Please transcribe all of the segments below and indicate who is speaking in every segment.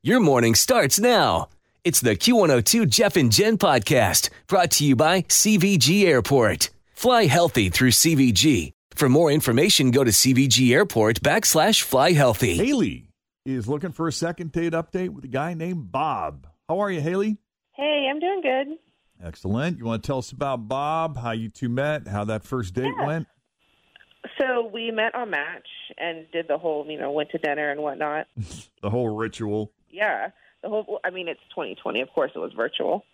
Speaker 1: Your morning starts now. It's the Q102 Jeff and Jen podcast brought to you by CVG Airport. Fly healthy through CVG. For more information, go to CVG Airport backslash fly healthy.
Speaker 2: Haley is looking for a second date update with a guy named Bob. How are you, Haley?
Speaker 3: Hey, I'm doing good.
Speaker 2: Excellent. You want to tell us about Bob, how you two met, how that first date went?
Speaker 3: So we met on Match and did the whole, you know, went to dinner and whatnot.
Speaker 2: The whole ritual.
Speaker 3: Yeah, the whole. I mean, it's 2020. Of course, it was virtual.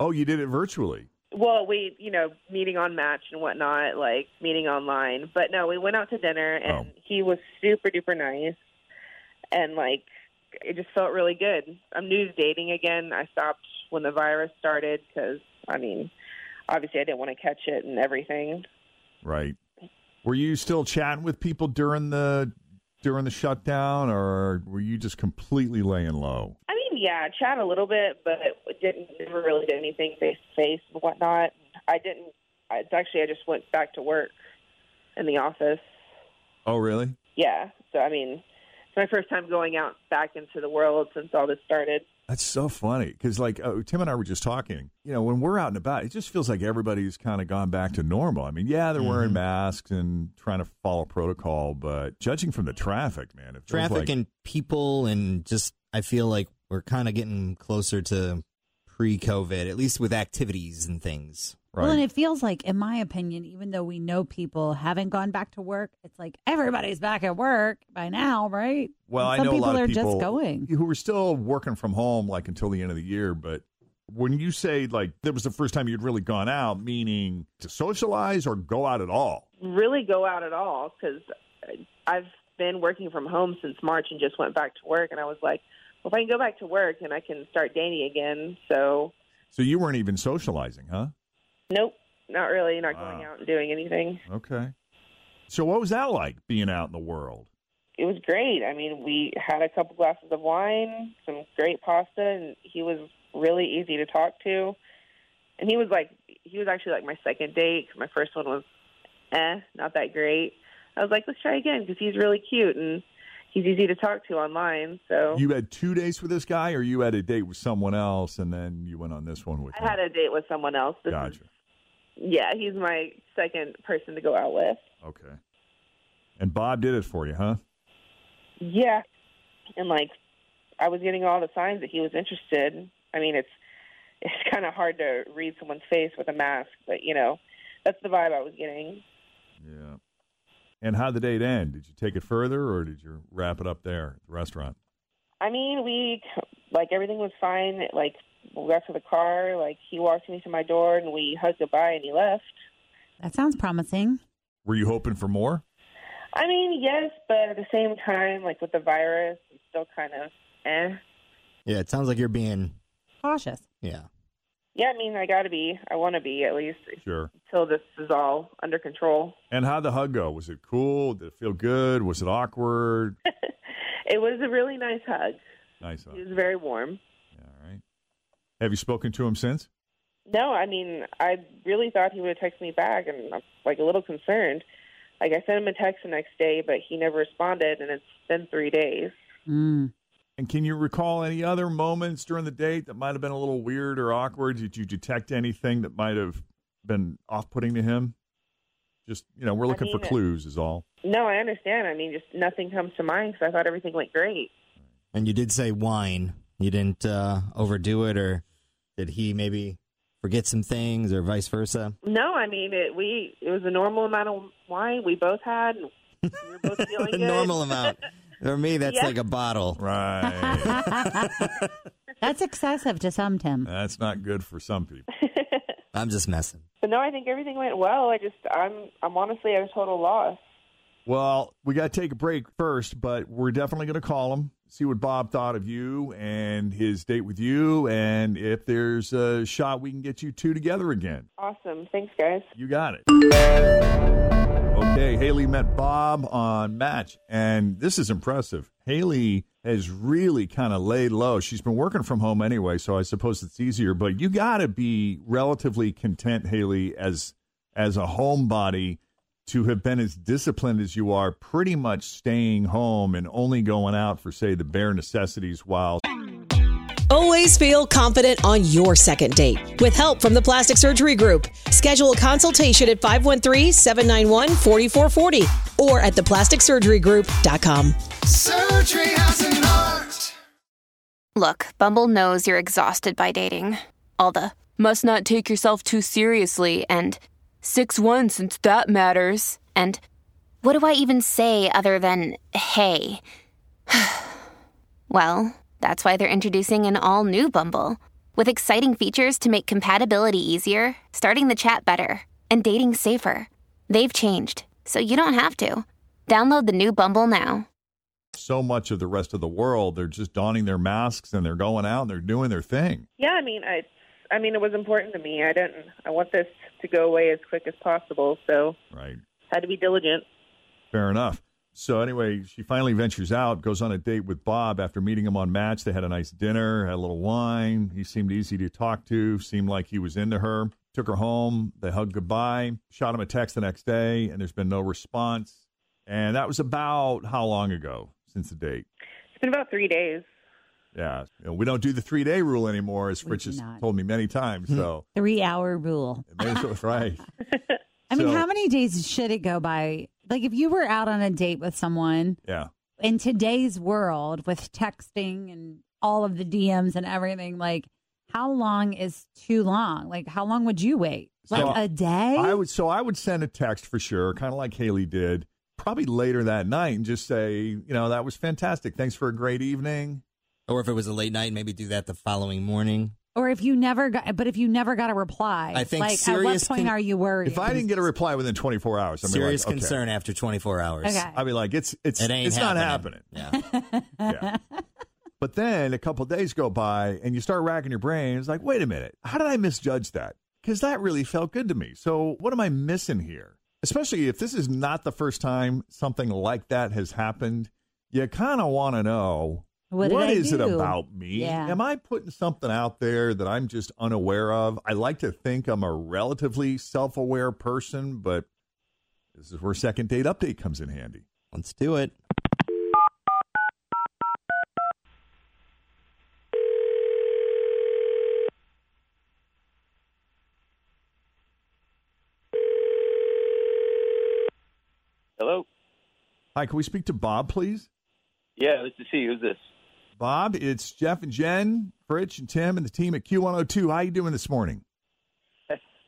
Speaker 2: Oh, you did it virtually.
Speaker 3: Well, we, you know, meeting on Match and whatnot, like meeting online. But no, we went out to dinner and
Speaker 2: Oh.
Speaker 3: he was super duper nice, and like it just felt really good. I'm new to dating again. I stopped when the virus started because, I mean, obviously I didn't want to catch it and everything.
Speaker 2: Right. Were you still chatting with people during the during the shutdown or were you just completely laying low?
Speaker 3: I mean, yeah, chat a little bit, but it didn't never really did anything face to face and whatnot. I didn't. I, it's actually, I just went back to work in the office.
Speaker 2: Oh, really?
Speaker 3: Yeah, so I mean, it's my first time going out back into the world since all this started.
Speaker 2: That's so funny because, like, uh, Tim and I were just talking. You know, when we're out and about, it just feels like everybody's kind of gone back to normal. I mean, yeah, they're wearing
Speaker 4: Mm-hmm.
Speaker 2: masks and trying to follow protocol, but judging from the traffic, man, it feels
Speaker 4: traffic
Speaker 2: like,
Speaker 4: and people and just I feel like we're kind of getting closer to pre-COVID, at least with activities and things.
Speaker 2: right.
Speaker 5: Well, and it feels like, in my opinion, even though we know people haven't gone back to work, it's like everybody's back at work by now, right?
Speaker 2: Well,
Speaker 5: And
Speaker 2: I
Speaker 5: some
Speaker 2: know
Speaker 5: people
Speaker 2: a lot
Speaker 5: are
Speaker 2: of people
Speaker 5: just going.
Speaker 2: who were still working from home, like until the end of the year. But when you say like that was the first time you'd really gone out, meaning to socialize or go out at all,
Speaker 3: Really go out at all because I've been working from home since March and just went back to work, and I was like, well, if I can go back to work and I can start dating again, so
Speaker 2: so you weren't even socializing, huh?
Speaker 3: nope, not really, not going
Speaker 2: Wow.
Speaker 3: out and doing anything.
Speaker 2: Okay. So what was that like being out in the world?
Speaker 3: it was great. I mean, we had a couple glasses of wine, some great pasta, and he was really easy to talk to. And he was like, he was actually like my second date. 'cause My first one was, eh, not that great. I was like, let's try again because he's really cute and he's easy to talk to online. So
Speaker 2: You had two dates with this guy, or you had a date with someone else, and then you went on this one with.
Speaker 3: I had
Speaker 2: him?
Speaker 3: a date with someone else. This is-
Speaker 2: Gotcha.
Speaker 3: yeah, he's my second person to go out with.
Speaker 2: Okay. And Bob did it for you, huh?
Speaker 3: Yeah. And like I was getting all the signs that he was interested. I mean, it's it's kind of hard to read someone's face with a mask, but you know, that's the vibe I was getting.
Speaker 2: Yeah. And how would the date end? Did you take it further, or did you wrap it up there at the restaurant?
Speaker 3: I mean, we like everything was fine. Like we got to the car, like he walked me to my door and we hugged goodbye and he left.
Speaker 5: That sounds promising.
Speaker 2: Were you hoping for more?
Speaker 3: I mean, yes, but at the same time, like with the virus, it's still kind of eh.
Speaker 4: Yeah, it sounds like you're being
Speaker 5: Cautious.
Speaker 4: yeah.
Speaker 3: Yeah, I mean, I got to be. I want to be at least
Speaker 2: Sure.
Speaker 3: until this is all under control.
Speaker 2: And how the hug go? Was it cool? Did it feel good? Was it awkward?
Speaker 3: It was a really nice hug.
Speaker 2: Nice. Hug.
Speaker 3: He
Speaker 2: Yeah,
Speaker 3: was very warm.
Speaker 2: all right. Have you spoken to him since?
Speaker 3: No, I mean, I really thought he would have texted me back, and I'm like a little concerned. Like I sent him a text the next day, but he never responded, and it's been three days.
Speaker 5: Mm.
Speaker 2: And can you recall any other moments during the date that might have been a little weird or awkward? Did you detect anything that might have been off-putting to him? Just you know, we're
Speaker 3: I
Speaker 2: looking for
Speaker 3: mean-
Speaker 2: clues, is all.
Speaker 3: No, I understand. I mean, just nothing comes to mind because I thought everything went great.
Speaker 4: And you did say wine. You didn't uh, overdo it, or did he maybe forget some things, or vice versa?
Speaker 3: No, I mean it. We it was a normal amount of wine we both had. and We were both feeling
Speaker 4: the
Speaker 3: good.
Speaker 4: normal amount. For me, that's
Speaker 3: Yeah.
Speaker 4: like a bottle.
Speaker 2: Right.
Speaker 5: That's excessive to some, Tim.
Speaker 2: That's not good for some people.
Speaker 4: I'm just messing.
Speaker 3: But no, I think everything went well. I just I'm I'm honestly at a total loss.
Speaker 2: Well, we got to take a break first, but we're definitely going to call him, see what Bob thought of you and his date with you, and if there's a shot we can get you two together again.
Speaker 3: Awesome. Thanks, guys.
Speaker 2: You got it. Okay, Haley met Bob on Match, and this is impressive. Haley has really kind of laid low. She's been working from home anyway, so I suppose it's easier. But you got to be relatively content, Haley, as as a homebody, to have been as disciplined as you are, pretty much staying home and only going out for say the bare necessities while
Speaker 6: Always feel confident on your second date. With help from the Plastic Surgery Group, schedule a consultation at 513 791 4440 or at theplasticsurgerygroup.com.
Speaker 7: Surgery has an art.
Speaker 8: Look, Bumble knows you're exhausted by dating. All the must not take yourself too seriously and 6 1 since that matters. And what do I even say other than hey? well, that's why they're introducing an all new Bumble with exciting features to make compatibility easier, starting the chat better, and dating safer. They've changed, so you don't have to. Download the new Bumble now.
Speaker 2: so much of the rest of the world, they're just donning their masks and they're going out and they're doing their thing.
Speaker 3: Yeah, I mean I I mean it was important to me. I didn't I want this to go away as quick as possible, so
Speaker 2: Right.
Speaker 3: had to be diligent.
Speaker 2: Fair enough. So anyway, she finally ventures out, goes on a date with Bob after meeting him on Match. They had a nice dinner, had a little wine. He seemed easy to talk to, seemed like he was into her. Took her home, they hugged goodbye, shot him a text the next day, and there's been no response. And that was about how long ago since the date?
Speaker 3: It's been about three days.
Speaker 2: Yeah. You know, we don't do the three day rule anymore, as
Speaker 5: We
Speaker 2: Fritz
Speaker 5: do
Speaker 2: has
Speaker 5: not.
Speaker 2: told me many times. So
Speaker 5: Three hour rule.
Speaker 2: it may as well, right.
Speaker 5: I mean,
Speaker 2: So-
Speaker 5: how many days should it go by? Like, if you were out on a date with someone
Speaker 2: Yeah.
Speaker 5: in today's world with texting and all of the DMs and everything, like, how long is too long? Like, how long would you wait?
Speaker 2: So,
Speaker 5: Like a day?
Speaker 2: I would so I would send a text for sure, kind of like Haley did, probably later that night, and just say, you know, that was fantastic. Thanks for a great evening.
Speaker 4: Or if it was a late night, maybe do that the following morning.
Speaker 5: or if you never got, but if you never got a reply,
Speaker 4: I think
Speaker 5: like, at what
Speaker 4: serious
Speaker 5: point
Speaker 4: con-
Speaker 5: are you worried?
Speaker 2: If I didn't get a reply within 24 hours, I'm
Speaker 4: Serious
Speaker 2: like, okay.
Speaker 4: concern after 24 hours.
Speaker 5: Okay.
Speaker 2: I mean, like it's it's
Speaker 4: It ain't
Speaker 2: it's not happening.
Speaker 4: happening. Yeah.
Speaker 2: Yeah. but then a couple days go by, and you start racking your brain. It's like, wait a minute, how did I misjudge that? Because that really felt good to me. So what am I missing here? Especially if this is not the first time something like that has happened, you kind of want to know
Speaker 5: What did
Speaker 2: what
Speaker 5: I
Speaker 2: is it
Speaker 5: do?
Speaker 2: about me?
Speaker 5: Yeah.
Speaker 2: Am I putting something out there that I'm just unaware of? I like to think I'm a relatively self aware person, but this is where second date update comes in handy.
Speaker 4: Let's do it.
Speaker 9: Hello.
Speaker 2: Hi, can we speak to Bob, please?
Speaker 9: Yeah, this is he. Who's this?
Speaker 2: Bob, it's Jeff and Jen, Fritch and Tim, and the team at Q102. How you doing this morning?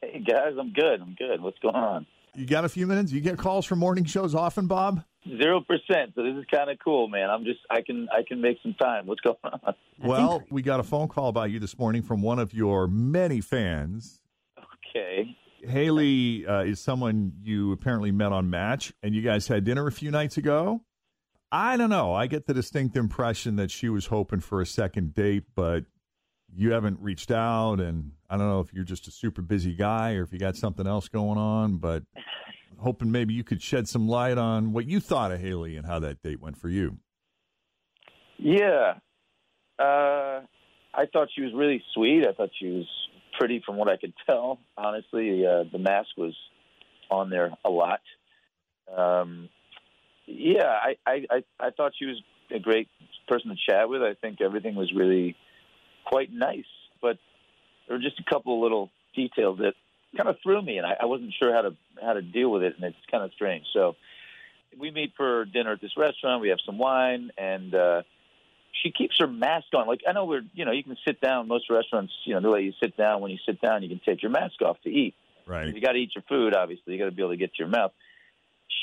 Speaker 9: Hey guys, I'm good. I'm good. What's going on?
Speaker 2: You got a few minutes? You get calls from morning shows often, Bob?
Speaker 9: Zero percent. So this is kind of cool, man. I'm just I can I can make some time. What's going on?
Speaker 2: Well, we got a phone call about you this morning from one of your many fans.
Speaker 9: Okay.
Speaker 2: Haley uh, is someone you apparently met on Match, and you guys had dinner a few nights ago. I don't know. I get the distinct impression that she was hoping for a second date, but you haven't reached out, and I don't know if you're just a super busy guy or if you got something else going on. But hoping maybe you could shed some light on what you thought of Haley and how that date went for you.
Speaker 9: Yeah. Uh, I thought she was really sweet. I thought she was pretty from what I could tell. Honestly, uh, the mask was on there a lot. Um, yeah, I, I, I, I thought she was a great person to chat with. I think everything was really quite nice, but there were just a couple of little details that kind of threw me, and I, I wasn't sure how to how to deal with it, and it's kind of strange. So we meet for dinner at this restaurant. We have some wine, and uh,
Speaker 3: she keeps her mask on. Like I know we're you know you can sit down. Most restaurants you know the way you sit down when you sit down you can take your mask off to eat.
Speaker 2: Right.
Speaker 3: You got to eat your food. Obviously, you got to be able to get to your mouth.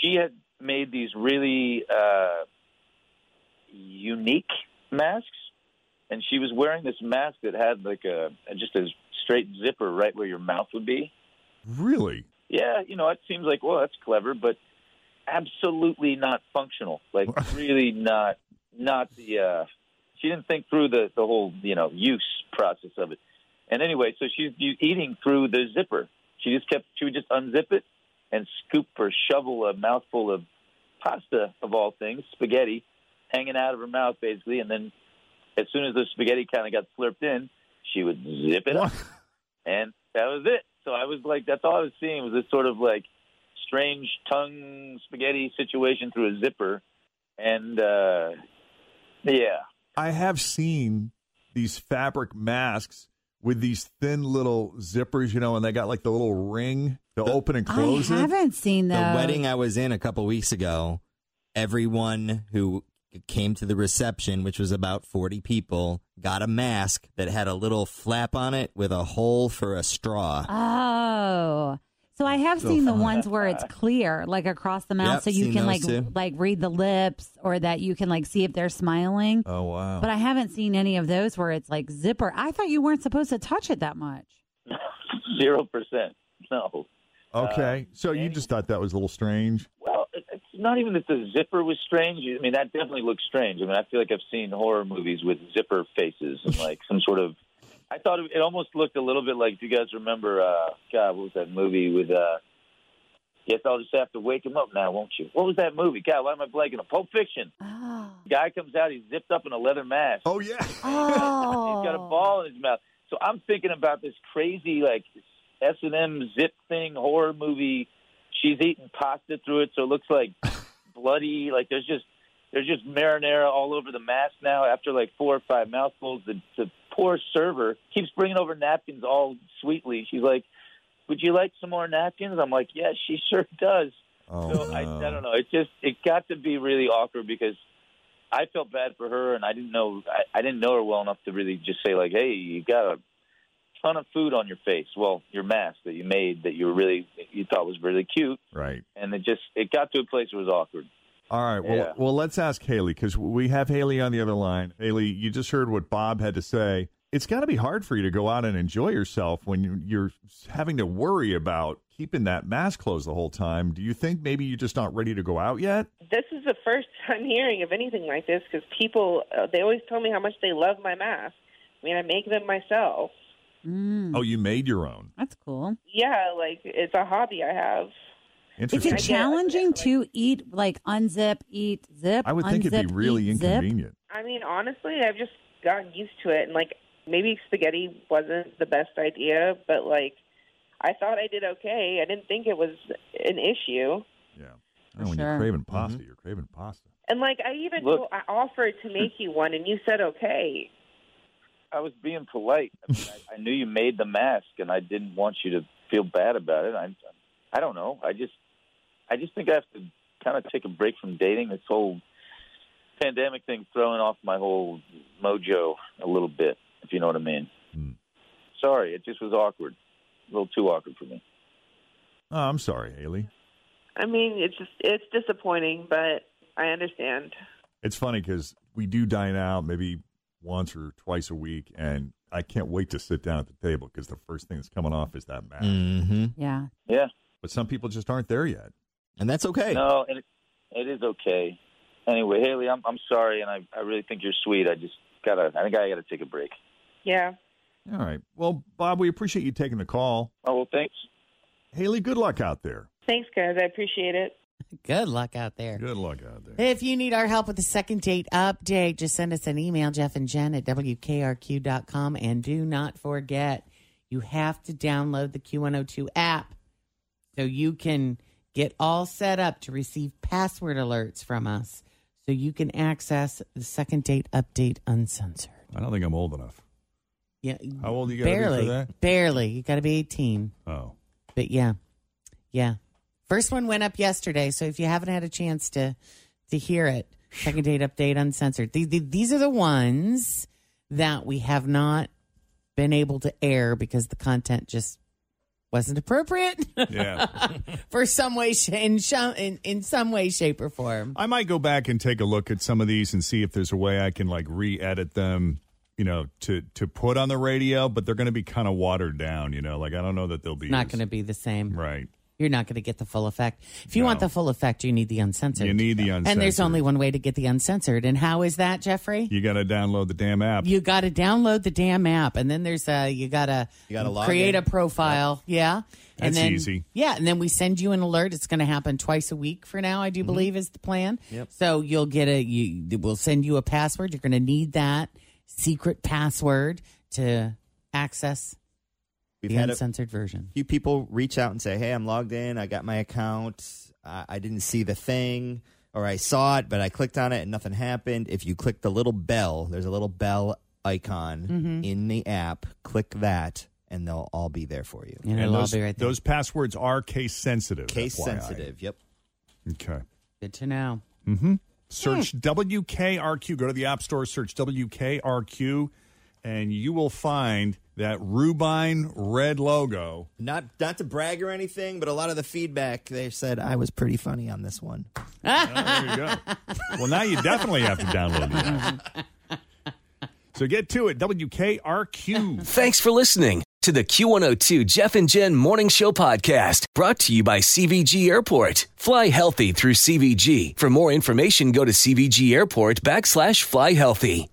Speaker 3: She had made these really uh, unique masks, and she was wearing this mask that had like a just a straight zipper right where your mouth would be.
Speaker 2: Really?
Speaker 3: Yeah, you know it seems like well that's clever, but absolutely not functional. Like really not not the uh she didn't think through the the whole, you know, use process of it. And anyway, so she's u- eating through the zipper. She just kept she would just unzip it and scoop or shovel a mouthful of pasta of all things, spaghetti hanging out of her mouth basically and then as soon as the spaghetti kind of got slurped in, she would zip it up. And that was it. So I was like that's all I was seeing was this sort of like strange tongue spaghetti situation through a zipper. And uh, yeah,
Speaker 2: I have seen these fabric masks with these thin little zippers, you know, and they got like the little ring to open and close
Speaker 5: I
Speaker 2: it.
Speaker 5: haven't seen
Speaker 4: the
Speaker 5: those.
Speaker 4: wedding I was in a couple weeks ago, everyone who came to the reception, which was about 40 people, got a mask that had a little flap on it with a hole for a straw.
Speaker 5: Ah. Oh. So I have
Speaker 4: So
Speaker 5: seen the
Speaker 4: fun.
Speaker 5: ones where it's clear, like across the mouth,
Speaker 4: Yep,
Speaker 5: so you
Speaker 4: seen
Speaker 5: can
Speaker 4: those
Speaker 5: like
Speaker 4: too.
Speaker 5: like read the lips, or that you can like see if they're smiling.
Speaker 2: Oh wow!
Speaker 5: But I haven't seen any of those where it's like zipper. I thought you weren't supposed to touch it that much.
Speaker 3: zero percent. No.
Speaker 2: Okay, so you just thought that was a little strange.
Speaker 3: Well, it- it's not even that the zipper was strange. I mean, that definitely looks strange. I mean, I feel like I've seen horror movies with zipper faces and like some sort of. I thought it it almost looked a little bit like. Do you guys remember? Uh, God, what was that movie with? uh Guess I'll just have to wake him up now, won't you? What was that movie? God, why am I blanking? on Pulp Fiction. Guy comes out, he's zipped up in a leather mask.
Speaker 2: Oh yeah.
Speaker 3: He's got a ball in his mouth. So I'm thinking about this crazy like S and M zip thing horror movie. She's eating pasta through it, so it looks like bloody. Like there's just there's just marinara all over the mask now. After like four or five mouthfuls, the, the poor server keeps bringing over napkins all sweetly. She's like, "Would you like some more napkins?" I'm like, "Yes, she sure does."
Speaker 2: Oh,
Speaker 3: so I, I don't know. It just it got to be really awkward because I felt bad for her, and I didn't know I, I didn't know her well enough to really just say like, "Hey, you got a ton of food on your face. Well, your mask that you made that you were really you thought was really cute."
Speaker 2: Right.
Speaker 3: And it just it got to a place where it was awkward.
Speaker 2: All right. Well,
Speaker 3: Yeah.
Speaker 2: well, let's ask Haley because we have Haley on the other line. Haley, you just heard what Bob had to say. It's got to be hard for you to go out and enjoy yourself when you- you're having to worry about keeping that mask closed the whole time. Do you think maybe you're just not ready to go out yet?
Speaker 10: This is the first time hearing of anything like this because people uh, they always tell me how much they love my mask. I mean, I make them myself.
Speaker 5: Hmm.
Speaker 2: Oh, you made your own.
Speaker 5: That's cool.
Speaker 10: Yeah, like it's a hobby I have.
Speaker 5: Is
Speaker 2: Interesting.
Speaker 5: it challenging to eat like unzip, eat, zip?
Speaker 2: I would think it'd
Speaker 5: unzip,
Speaker 2: be really
Speaker 5: eat, zip?
Speaker 2: inconvenient.
Speaker 10: I mean, honestly, I've just gotten used to it, and like maybe spaghetti wasn't the best idea, but like I thought I did okay. I didn't think it was an issue.
Speaker 2: Oh, when you're
Speaker 5: sure. Mm-hmm.
Speaker 2: craving pasta, you're craving pasta.
Speaker 10: And like I even
Speaker 3: Look-
Speaker 10: I offered to make you one, and you said okay.
Speaker 3: I was being polite. I, mean, I, I knew you made the mask, and I didn't want you to feel bad about it. I, I don't know. I just, I just think I have to kind of take a break from dating. This whole pandemic thing throwing off my whole mojo a little bit, if you know what I mean. Sorry, it just was awkward. A little too awkward for me.
Speaker 2: Oh, I'm sorry, Haley.
Speaker 10: I mean, it's just it's disappointing, but I understand.
Speaker 2: It's funny because we do dine out maybe once or twice a week, and I can't wait to sit down at the table because the first thing that's coming off is that mask.
Speaker 5: Mm.
Speaker 4: Mm-hmm.
Speaker 5: Yeah.
Speaker 3: Yeah.
Speaker 2: But some people just aren't there yet.
Speaker 4: And that's okay.
Speaker 3: No, and it, it is okay. Anyway, Haley, I'm I'm sorry, and I I really think you're sweet. I just gotta. I think I gotta take a break.
Speaker 10: Yeah.
Speaker 2: All right. Well, Bob, we appreciate you taking the call.
Speaker 3: Oh well, thanks.
Speaker 2: Haley, good luck out there.
Speaker 10: Thanks, guys. I appreciate it.
Speaker 11: Good luck out there.
Speaker 2: Good luck out there.
Speaker 11: If you need our help with the second date update, just send us an email, Jeff and Jen at WKRQ.com. And do not forget, you have to download the Q102 app so you can get all set up to receive password alerts from us so you can access the second date update uncensored.
Speaker 2: I don't think I'm old enough.
Speaker 11: Yeah,
Speaker 2: How old you gotta be for
Speaker 11: barely,
Speaker 2: that?
Speaker 11: Barely. You got to be 18.
Speaker 2: Oh.
Speaker 11: But yeah, yeah. First one went up yesterday, so if you haven't had a chance to to hear it,
Speaker 5: Second date update uncensored. These, these are the ones that we have not been able to air because the content just wasn't appropriate.
Speaker 2: Yeah.
Speaker 5: For some way, sh- in, sh- in in some way, shape, or form.
Speaker 2: I might go back and take a look at some of these and see if there's a way I can like re-edit them, you know, to to put on the radio. But they're going to be kind of watered down, you know. Like I don't know that they'll be
Speaker 5: Not going to be the same.
Speaker 2: Right.
Speaker 5: You're not going to get the full effect. If you want the full effect, you need the uncensored.
Speaker 2: You need the
Speaker 5: And there's
Speaker 2: uncensored.
Speaker 5: only one way to get the uncensored. And how is that, Jeffrey?
Speaker 2: You got to download the damn app.
Speaker 5: You got to download the damn app, and then there's a you got to
Speaker 2: You gotta log
Speaker 5: create
Speaker 2: in.
Speaker 5: a profile. Yeah, and
Speaker 2: That's
Speaker 5: then,
Speaker 2: easy.
Speaker 5: Yeah, and then we send you an alert. It's going to happen twice a week for now. I
Speaker 2: Mm-hmm.
Speaker 5: do believe is the plan.
Speaker 4: Yep.
Speaker 5: So you'll get a you. We'll send you a password. You're going to need that secret password to access the
Speaker 4: had a-
Speaker 5: uncensored version.
Speaker 4: few people reach out and say, "Hey, I'm logged in. I got my account. I, I didn't see the thing, or I saw it, but I clicked on it and nothing happened." If you click the little bell, there's a little bell icon
Speaker 2: Mhm.
Speaker 4: in the app. Click that, and they'll all be there for you.
Speaker 2: those, those passwords are case sensitive.
Speaker 4: Case
Speaker 2: FYI.
Speaker 4: sensitive. Yep.
Speaker 2: Okay.
Speaker 5: Good to know.
Speaker 2: Mm-hmm. Search WKRQ. Go to the App Store, search WKRQ, and you will find that Rubine red logo.
Speaker 4: Not not to brag or anything, but a lot of the feedback they said I was pretty funny on this one.
Speaker 2: there you go. Well, now you definitely have to download the app. So get to it, WKRQ.
Speaker 1: Thanks for listening to the Q102 Jeff and Jen Morning Show Podcast, brought to you by CVG Airport. Fly healthy through CVG. For more information, go to CVG Airport backslash fly healthy.